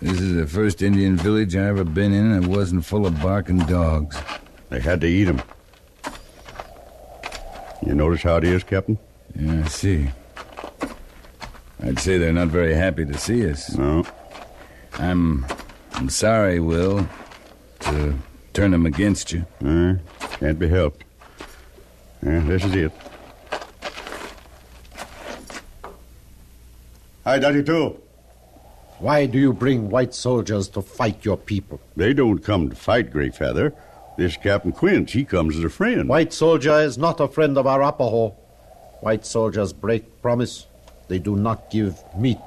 Speaker 12: This is the first Indian village I ever been in that wasn't full of barking dogs.
Speaker 15: They had to eat 'em. You notice how it is, Captain?
Speaker 12: Yeah, I see. I'd say they're not very happy to see us.
Speaker 15: No.
Speaker 12: I'm I'm sorry, Will, to turn them against you.
Speaker 15: Uh, can't be helped. Yeah, this is it. Hi, Daddy, too.
Speaker 19: Why do you bring white soldiers to fight your people?
Speaker 15: They don't come to fight, Greyfeather. This Captain Quince, he comes as a friend.
Speaker 19: White soldier is not a friend of Arapaho. White soldiers break promise. They do not give meat.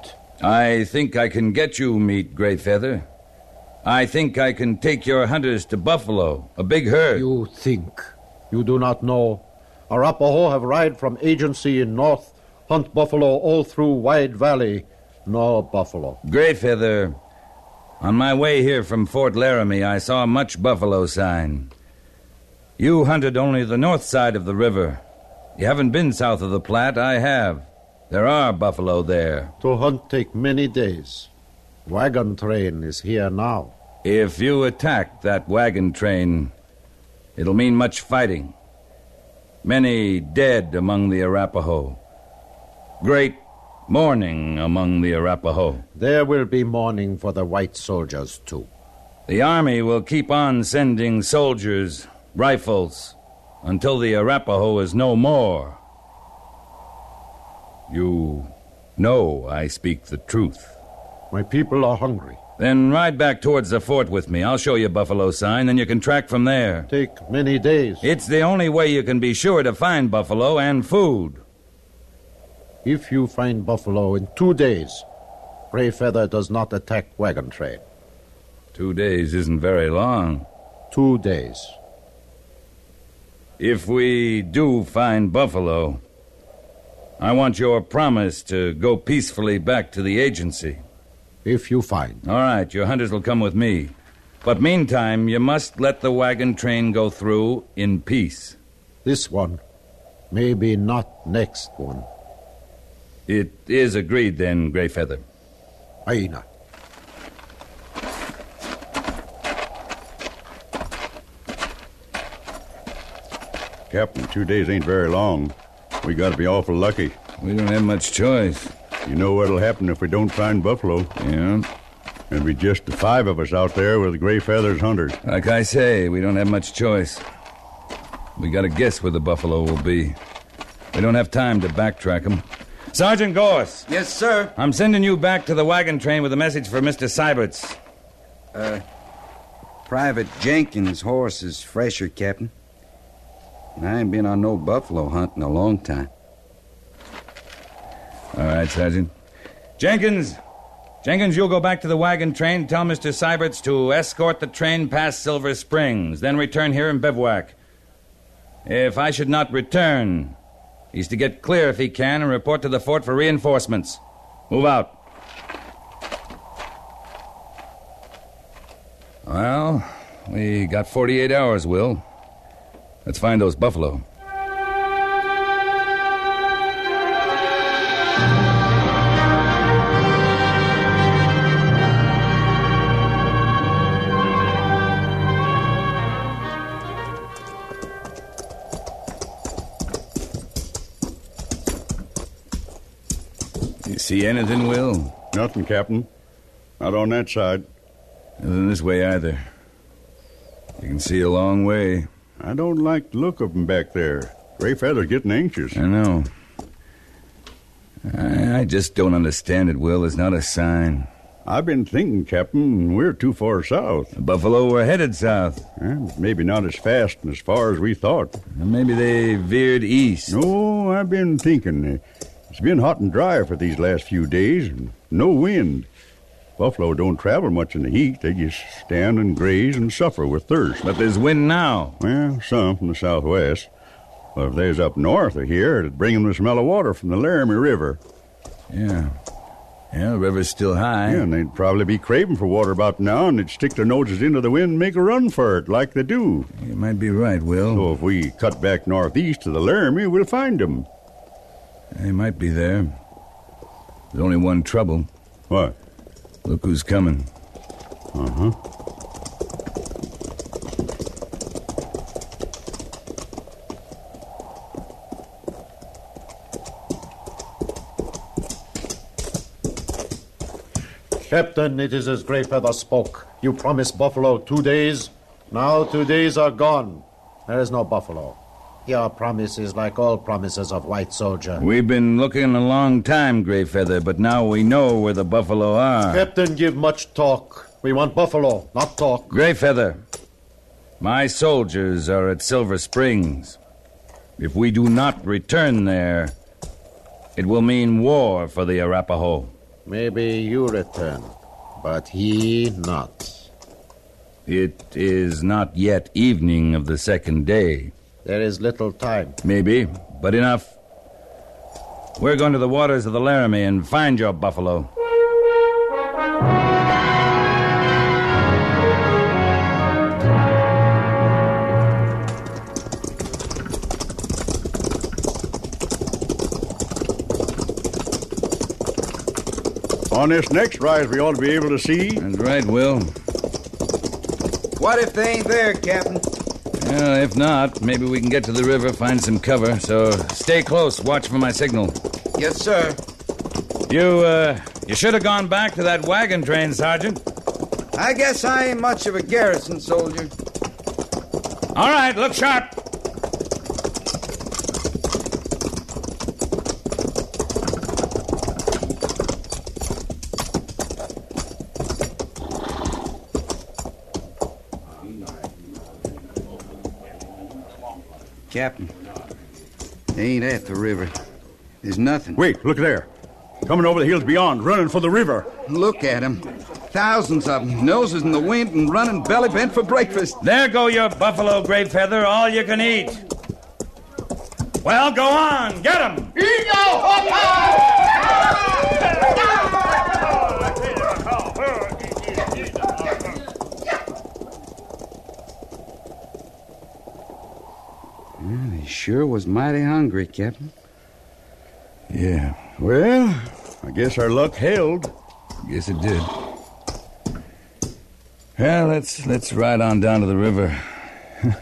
Speaker 12: I think I can get you meat, Greyfeather. I think I can take your hunters to Buffalo, a big herd.
Speaker 19: You think. You do not know. Arapaho have ride from agency in north, hunt buffalo all through wide valley, nor buffalo.
Speaker 12: Greyfeather, on my way here from Fort Laramie, I saw much buffalo sign. You hunted only the north side of the river. You haven't been south of the Platte. I have. There are buffalo there.
Speaker 19: To hunt take many days. Wagon train is here now.
Speaker 12: If you attack that wagon train, it'll mean much fighting. Many dead among the Arapaho. Great mourning among the Arapaho.
Speaker 19: There will be mourning for the white soldiers, too.
Speaker 12: The army will keep on sending soldiers, rifles, until the Arapaho is no more. You know I speak the truth.
Speaker 19: My people are hungry.
Speaker 12: Then ride back towards the fort with me. I'll show you Buffalo Sign, then you can track from there.
Speaker 19: Take many days.
Speaker 12: It's the only way you can be sure to find buffalo and food.
Speaker 19: If you find buffalo in two days, Gray Feather does not attack wagon train.
Speaker 12: Two days isn't very long.
Speaker 19: Two days.
Speaker 12: If we do find buffalo, I want your promise to go peacefully back to the agency.
Speaker 19: If you find.
Speaker 12: All right, your hunters will come with me. But meantime, you must let the wagon train go through in peace.
Speaker 19: This one. Maybe not next one.
Speaker 12: It is agreed then, Greyfeather.
Speaker 19: Aina.
Speaker 15: Captain, two days ain't very long. We gotta be awful lucky.
Speaker 12: We don't have much choice.
Speaker 15: You know what'll happen if we don't find Buffalo.
Speaker 12: Yeah?
Speaker 15: It'll be just the five of us out there with the Gray Feathers hunters.
Speaker 12: Like I say, we don't have much choice. We gotta guess where the buffalo will be. We don't have time to backtrack them. Sergeant Gorse.
Speaker 13: Yes, sir.
Speaker 12: I'm sending you back to the wagon train with a message for Mr. Syberts.
Speaker 13: Uh, Private Jenkins' horse is fresher, Captain. And I ain't been on no buffalo hunt in a long time.
Speaker 12: All right, Sergeant. Jenkins! Jenkins, you'll go back to the wagon train. Tell Mr. Syberts to escort the train past Silver Springs, then return here and bivouac. If I should not return, He's to get clear if he can and report to the fort for reinforcements. Move out. Well, we got 48 hours, Will. Let's find those buffalo. see anything, Will?
Speaker 15: Nothing, Captain. Not on that side.
Speaker 12: Nothing this way either. You can see a long way.
Speaker 15: I don't like the look of them back there. Gray Feather's getting anxious.
Speaker 12: I know. I, I just don't understand it, Will. There's not a sign.
Speaker 15: I've been thinking, Captain, we're too far south.
Speaker 12: The buffalo were headed south.
Speaker 15: Well, maybe not as fast and as far as we thought.
Speaker 12: Maybe they veered east.
Speaker 15: No, I've been thinking. It's been hot and dry for these last few days, and no wind. Buffalo don't travel much in the heat. They just stand and graze and suffer with thirst.
Speaker 12: But there's wind now.
Speaker 15: Well, some from the southwest. But if there's up north of here, it'd bring 'em the smell of water from the Laramie River.
Speaker 12: Yeah. Yeah, the river's still high.
Speaker 15: Yeah, and they'd probably be craving for water about now, and they'd stick their noses into the wind and make a run for it, like they do.
Speaker 12: You might be right, Will.
Speaker 15: So if we cut back northeast to the Laramie, we'll find 'em.
Speaker 12: They might be there. There's only one trouble.
Speaker 15: What?
Speaker 12: Look who's coming.
Speaker 15: Uh huh.
Speaker 19: Captain, it is as Greyfeather spoke. You promised buffalo two days. Now two days are gone. There is no buffalo. Your promise is like all promises of white soldier.
Speaker 12: We've been looking a long time, Greyfeather, but now we know where the buffalo are.
Speaker 19: Captain, give much talk. We want buffalo, not talk.
Speaker 12: Greyfeather, my soldiers are at Silver Springs. If we do not return there, it will mean war for the Arapaho.
Speaker 19: Maybe you return, but he not.
Speaker 12: It is not yet evening of the second day.
Speaker 19: There is little time.
Speaker 12: Maybe, but enough. We're going to the waters of the Laramie and find your buffalo.
Speaker 15: On this next rise, we ought to be able to see.
Speaker 12: That's right, Will.
Speaker 13: What if they ain't there, Captain?
Speaker 12: Well, if not, maybe we can get to the river, find some cover. So stay close, watch for my signal.
Speaker 13: Yes, sir.
Speaker 12: You, uh, you should have gone back to that wagon train, Sergeant.
Speaker 13: I guess I ain't much of a garrison soldier.
Speaker 12: All right, look sharp.
Speaker 13: Captain. They ain't at the river. There's nothing.
Speaker 15: Wait, look there. Coming over the hills beyond, running for the river.
Speaker 13: Look at 'em. Thousands of 'em, Um, noses in the wind and running belly bent for breakfast.
Speaker 12: There go your buffalo, Greyfeather, all you can eat.
Speaker 2: Well, go on. Get him.
Speaker 11: Well, he sure was mighty hungry, Captain.
Speaker 15: Yeah. Well, I guess our luck held.
Speaker 12: Yes, it did. Well, let's let's ride on down to the river.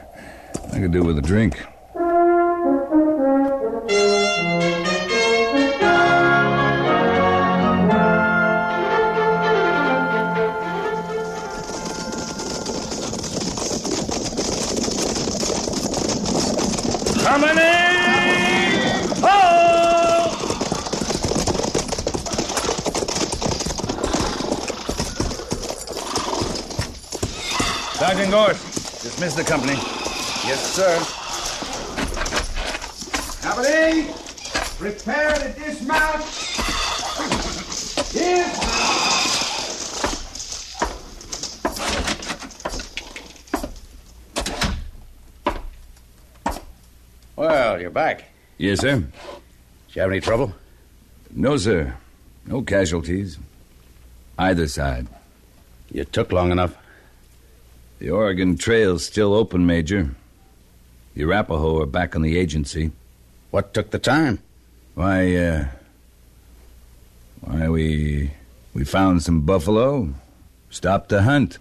Speaker 12: I could do with a drink.
Speaker 2: Coming in. Oh!
Speaker 12: Sergeant Gorse, dismiss the company. Yes, sir.
Speaker 3: Company, prepare to dismount. Here.
Speaker 13: Well, you're back.
Speaker 12: Yes, sir. Did
Speaker 13: you have any trouble?
Speaker 12: No, sir. No casualties. Either side.
Speaker 13: You took long enough.
Speaker 12: The Oregon Trail's still open, Major. The Arapaho are back on the agency.
Speaker 13: What took the time?
Speaker 12: Why, uh. Why, we. We found some buffalo, stopped the hunt.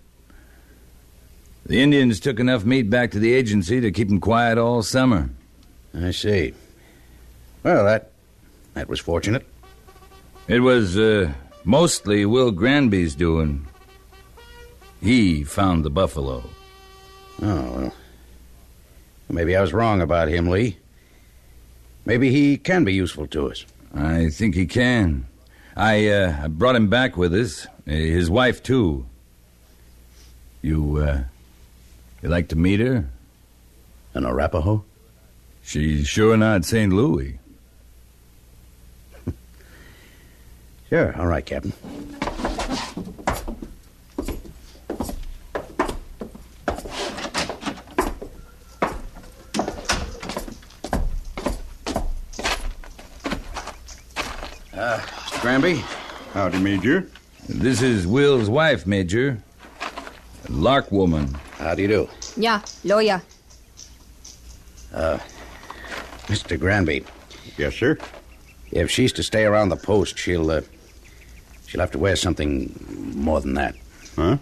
Speaker 12: The Indians took enough meat back to the agency to keep 'em quiet all summer.
Speaker 13: I see. Well, that. that was fortunate.
Speaker 12: It was, uh, mostly Will Granby's doing. He found the buffalo.
Speaker 13: Oh, well. Maybe I was wrong about him, Lee. Maybe he can be useful to us.
Speaker 12: I think he can. I, uh, I brought him back with us. Uh, His wife, too. You, uh, you like to meet her?
Speaker 13: An Arapaho?
Speaker 12: She's sure not St. Louis.
Speaker 13: Sure. All right, Captain. Uh, Mr. Granby?
Speaker 15: Howdy, Major.
Speaker 12: This is Will's wife, Major. A Lark woman.
Speaker 13: How do you do?
Speaker 20: Yeah, lawyer.
Speaker 13: Uh, Mr. Granby,
Speaker 15: Yes, sir.
Speaker 13: if she's to stay around the post, she'll, uh, she'll have to wear something more than that.
Speaker 15: Huh?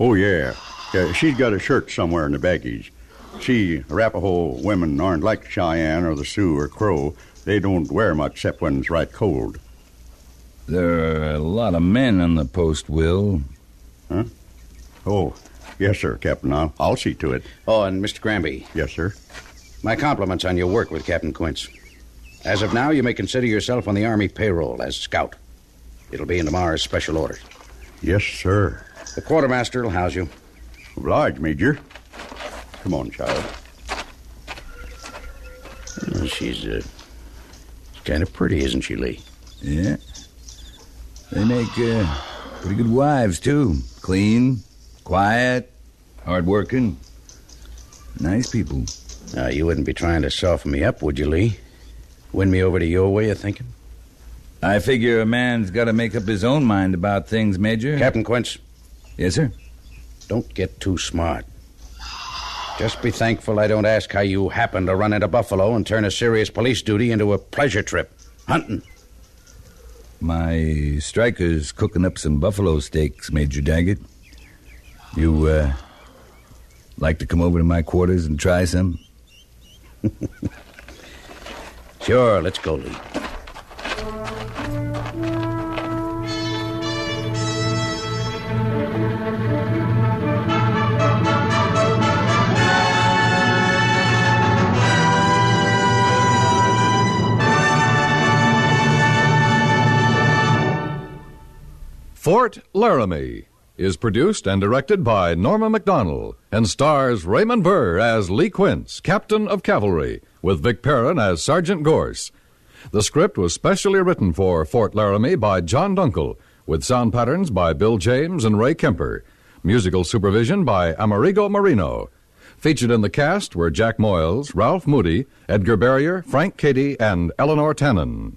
Speaker 15: Oh, yeah. yeah. She's got a shirt somewhere in the baggage. See, Arapaho women aren't like Cheyenne or the Sioux or Crow. They don't wear much except when it's right cold.
Speaker 12: There are a lot of men on the post, Will.
Speaker 15: Huh? Oh, yes, sir, Captain. I'll, I'll see to it.
Speaker 13: Oh, and Mr. Granby,
Speaker 15: Yes, sir.
Speaker 13: my compliments on your work with Captain Quince. As of now, you may consider yourself on the Army payroll as scout. It'll be in tomorrow's special orders.
Speaker 15: Yes, sir.
Speaker 13: The quartermaster will house you.
Speaker 15: Oblige, Major. Come on, child.
Speaker 13: Uh, She's, uh, she's kind of pretty, isn't she, Lee?
Speaker 12: Yeah. They make uh, pretty good wives, too. Clean, quiet, hardworking. Nice people.
Speaker 13: Now, you wouldn't be trying to soften me up, would you, Lee? Win me over to your way of thinking?
Speaker 12: I figure a man's got to make up his own mind about things, Major.
Speaker 13: Captain Quince,
Speaker 12: yes, sir.
Speaker 13: don't get too smart. Just be thankful I don't ask how you happened to run into Buffalo and turn a serious police duty into a pleasure trip. Hunting.
Speaker 12: My striker's cooking up some buffalo steaks, Major Daggett. You, uh, like to come over to my quarters and try some?
Speaker 13: Sure, let's go, Lee.
Speaker 21: Fort Laramie is produced and directed by Norma MacDonald and stars Raymond Burr as Lee Quince, Captain of Cavalry, with Vic Perrin as Sergeant Gorse. The script was specially written for Fort Laramie by John Dunkel, with sound patterns by Bill James and Ray Kemper, musical supervision by Amerigo Marino. Featured in the cast were Jack Moyles, Ralph Moody, Edgar Barrier, Frank Cady, and Eleanor Tannen.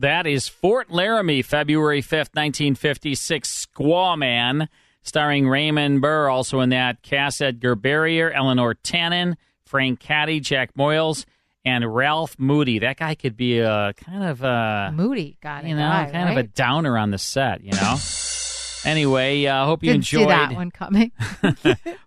Speaker 6: That is Fort Laramie, February 5th, 1956, Squaw Man, starring Raymond Burr, also in that Cass Edgar Barrier, Eleanor Tannen, Frank Caddy, Jack Moyles, and Ralph Moody. That guy could be a kind of a
Speaker 7: Moody, got it.
Speaker 6: you know,
Speaker 7: guy,
Speaker 6: kind of a
Speaker 7: right?
Speaker 6: downer on the set, you know. anyway, uh, hope you
Speaker 7: Didn't
Speaker 6: enjoyed
Speaker 7: see that one coming.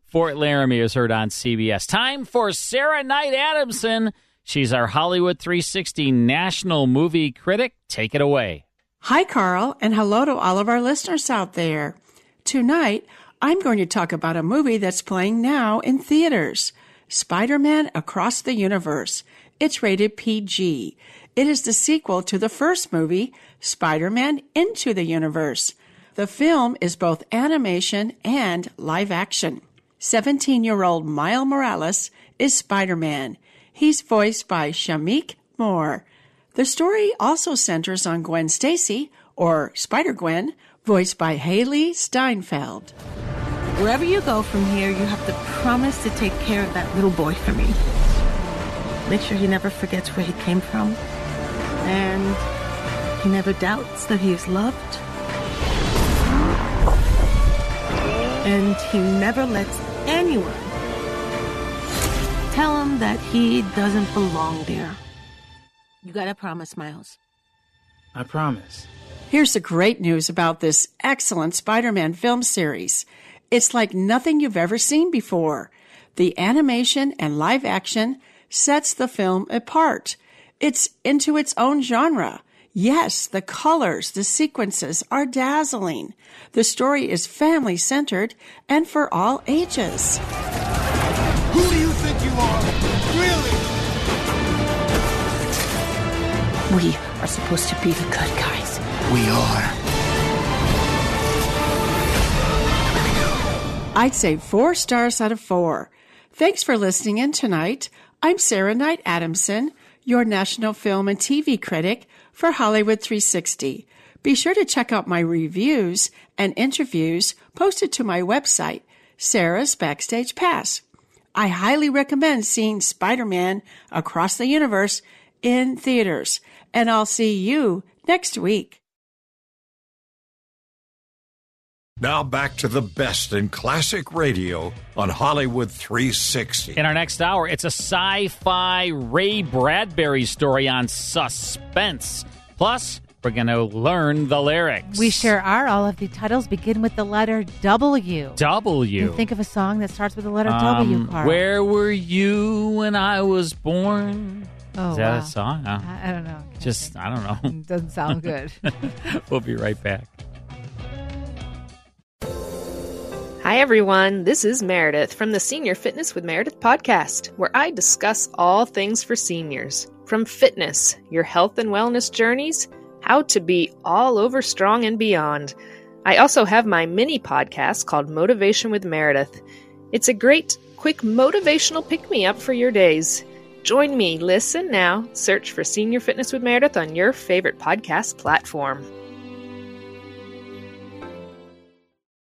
Speaker 6: Fort Laramie is heard on CBS. Time for Sarah Knight Adamson. She's our Hollywood 360 national movie critic. Take it away.
Speaker 20: Hi, Carl, and hello to all of our listeners out there. Tonight, I'm going to talk about a movie that's playing now in theaters Spider Man Across the Universe. It's rated PG. It is the sequel to the first movie, Spider Man Into the Universe. The film is both animation and live action. 17 year old Miles Morales is Spider Man. He's voiced by Shamik Moore. The story also centers on Gwen Stacy, or Spider Gwen, voiced by Haley Steinfeld.
Speaker 22: Wherever you go from here, you have to promise to take care of that little boy for me. Make sure he never forgets where he came from. And he never doubts that he is loved. And he never lets anyone tell him that he doesn't belong there. You gotta promise, Miles.
Speaker 20: I promise. Here's the great news about this excellent Spider Man film series it's like nothing you've ever seen before. The animation and live action sets the film apart. It's into its own genre. Yes, the colors, the sequences are dazzling. The story is family centered and for all ages.
Speaker 23: Who do you think you are? Really?
Speaker 22: We are supposed to be the good guys.
Speaker 23: We are.
Speaker 20: I'd say four stars out of four. Thanks for listening in tonight. I'm Sarah Knight Adamson, your national film and TV critic for Hollywood 360. Be sure to check out my reviews and interviews posted to my website, Sarah's Backstage Pass. I highly recommend seeing Spider Man Across the Universe in theaters, and I'll see you next week.
Speaker 1: Now back to the best in classic radio on Hollywood 360.
Speaker 6: In our next hour, it's a sci fi Ray Bradbury story on suspense. Plus, we're going to learn the lyrics.
Speaker 7: we sure are. All of the titles begin with the letter W. Can
Speaker 6: W.
Speaker 7: you think of a song that starts with the letter
Speaker 6: Um,
Speaker 7: W, Carl?
Speaker 6: Where were you when I was born?
Speaker 7: Oh,
Speaker 6: Is that
Speaker 7: wow.
Speaker 6: a song? Huh?
Speaker 7: I, I don't know.
Speaker 6: Just, I don't know.
Speaker 7: Doesn't sound good.
Speaker 6: we'll be right back.
Speaker 24: Hi, everyone. This is Meredith from the Senior Fitness with Meredith podcast, where I discuss all things for seniors from fitness, your health and wellness journeys, how to be all over strong and beyond. I also have my mini podcast called Motivation with Meredith. It's a great, quick motivational pick me up for your days. Join me, listen now, search for Senior Fitness with Meredith on your favorite podcast platform.